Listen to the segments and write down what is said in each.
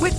With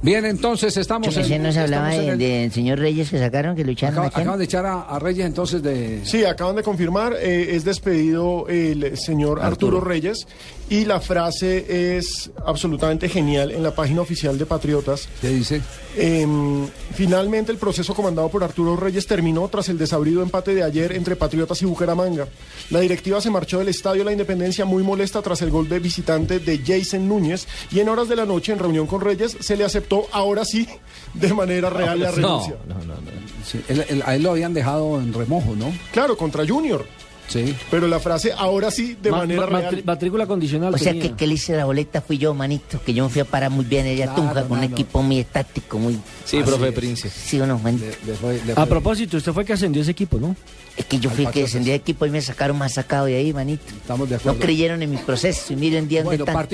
Bien, entonces estamos Ayer nos hablaba estamos en del el- señor Reyes que sacaron, que lucharon acaba- a quién? acaban de echar a, a Reyes entonces de... Sí, acaban de confirmar, eh, es despedido el señor Arturo. Reyes y la frase es absolutamente genial en la página oficial de Patriotas. ¿Qué dice? Em, finalmente el proceso comandado por Arturo Reyes terminó tras el desabrido empate de ayer entre Patriotas y Bucaramanga. La directiva se marchó del Estadio La Independencia muy molesta tras el gol de visitante de Jason Núñez y en horas de la noche en reunión con Reyes se le aceptó ahora sí de manera real la renuncia. Sí, él- él- a él lo habían dejado en remojo, ¿no? Claro, contra Junior, Sí. pero la frase ahora sí de manera real. matrícula condicional. O sea, que, que le hice la boleta fui yo, manito, que yo me fui a parar muy bien ella Claro, Tunja con un hermano. equipo muy estático, muy... Sí, profe Prince. Sí o no, manito. Le- le fue- le A fue- propósito, usted fue que ascendió ese equipo, ¿no? Es que yo fui el que Patriotas. descendí de equipo y me sacaron más sacado de ahí, manito. Estamos de No acuerdo. creyeron en mi proceso y miren día dónde Bueno, están. parti-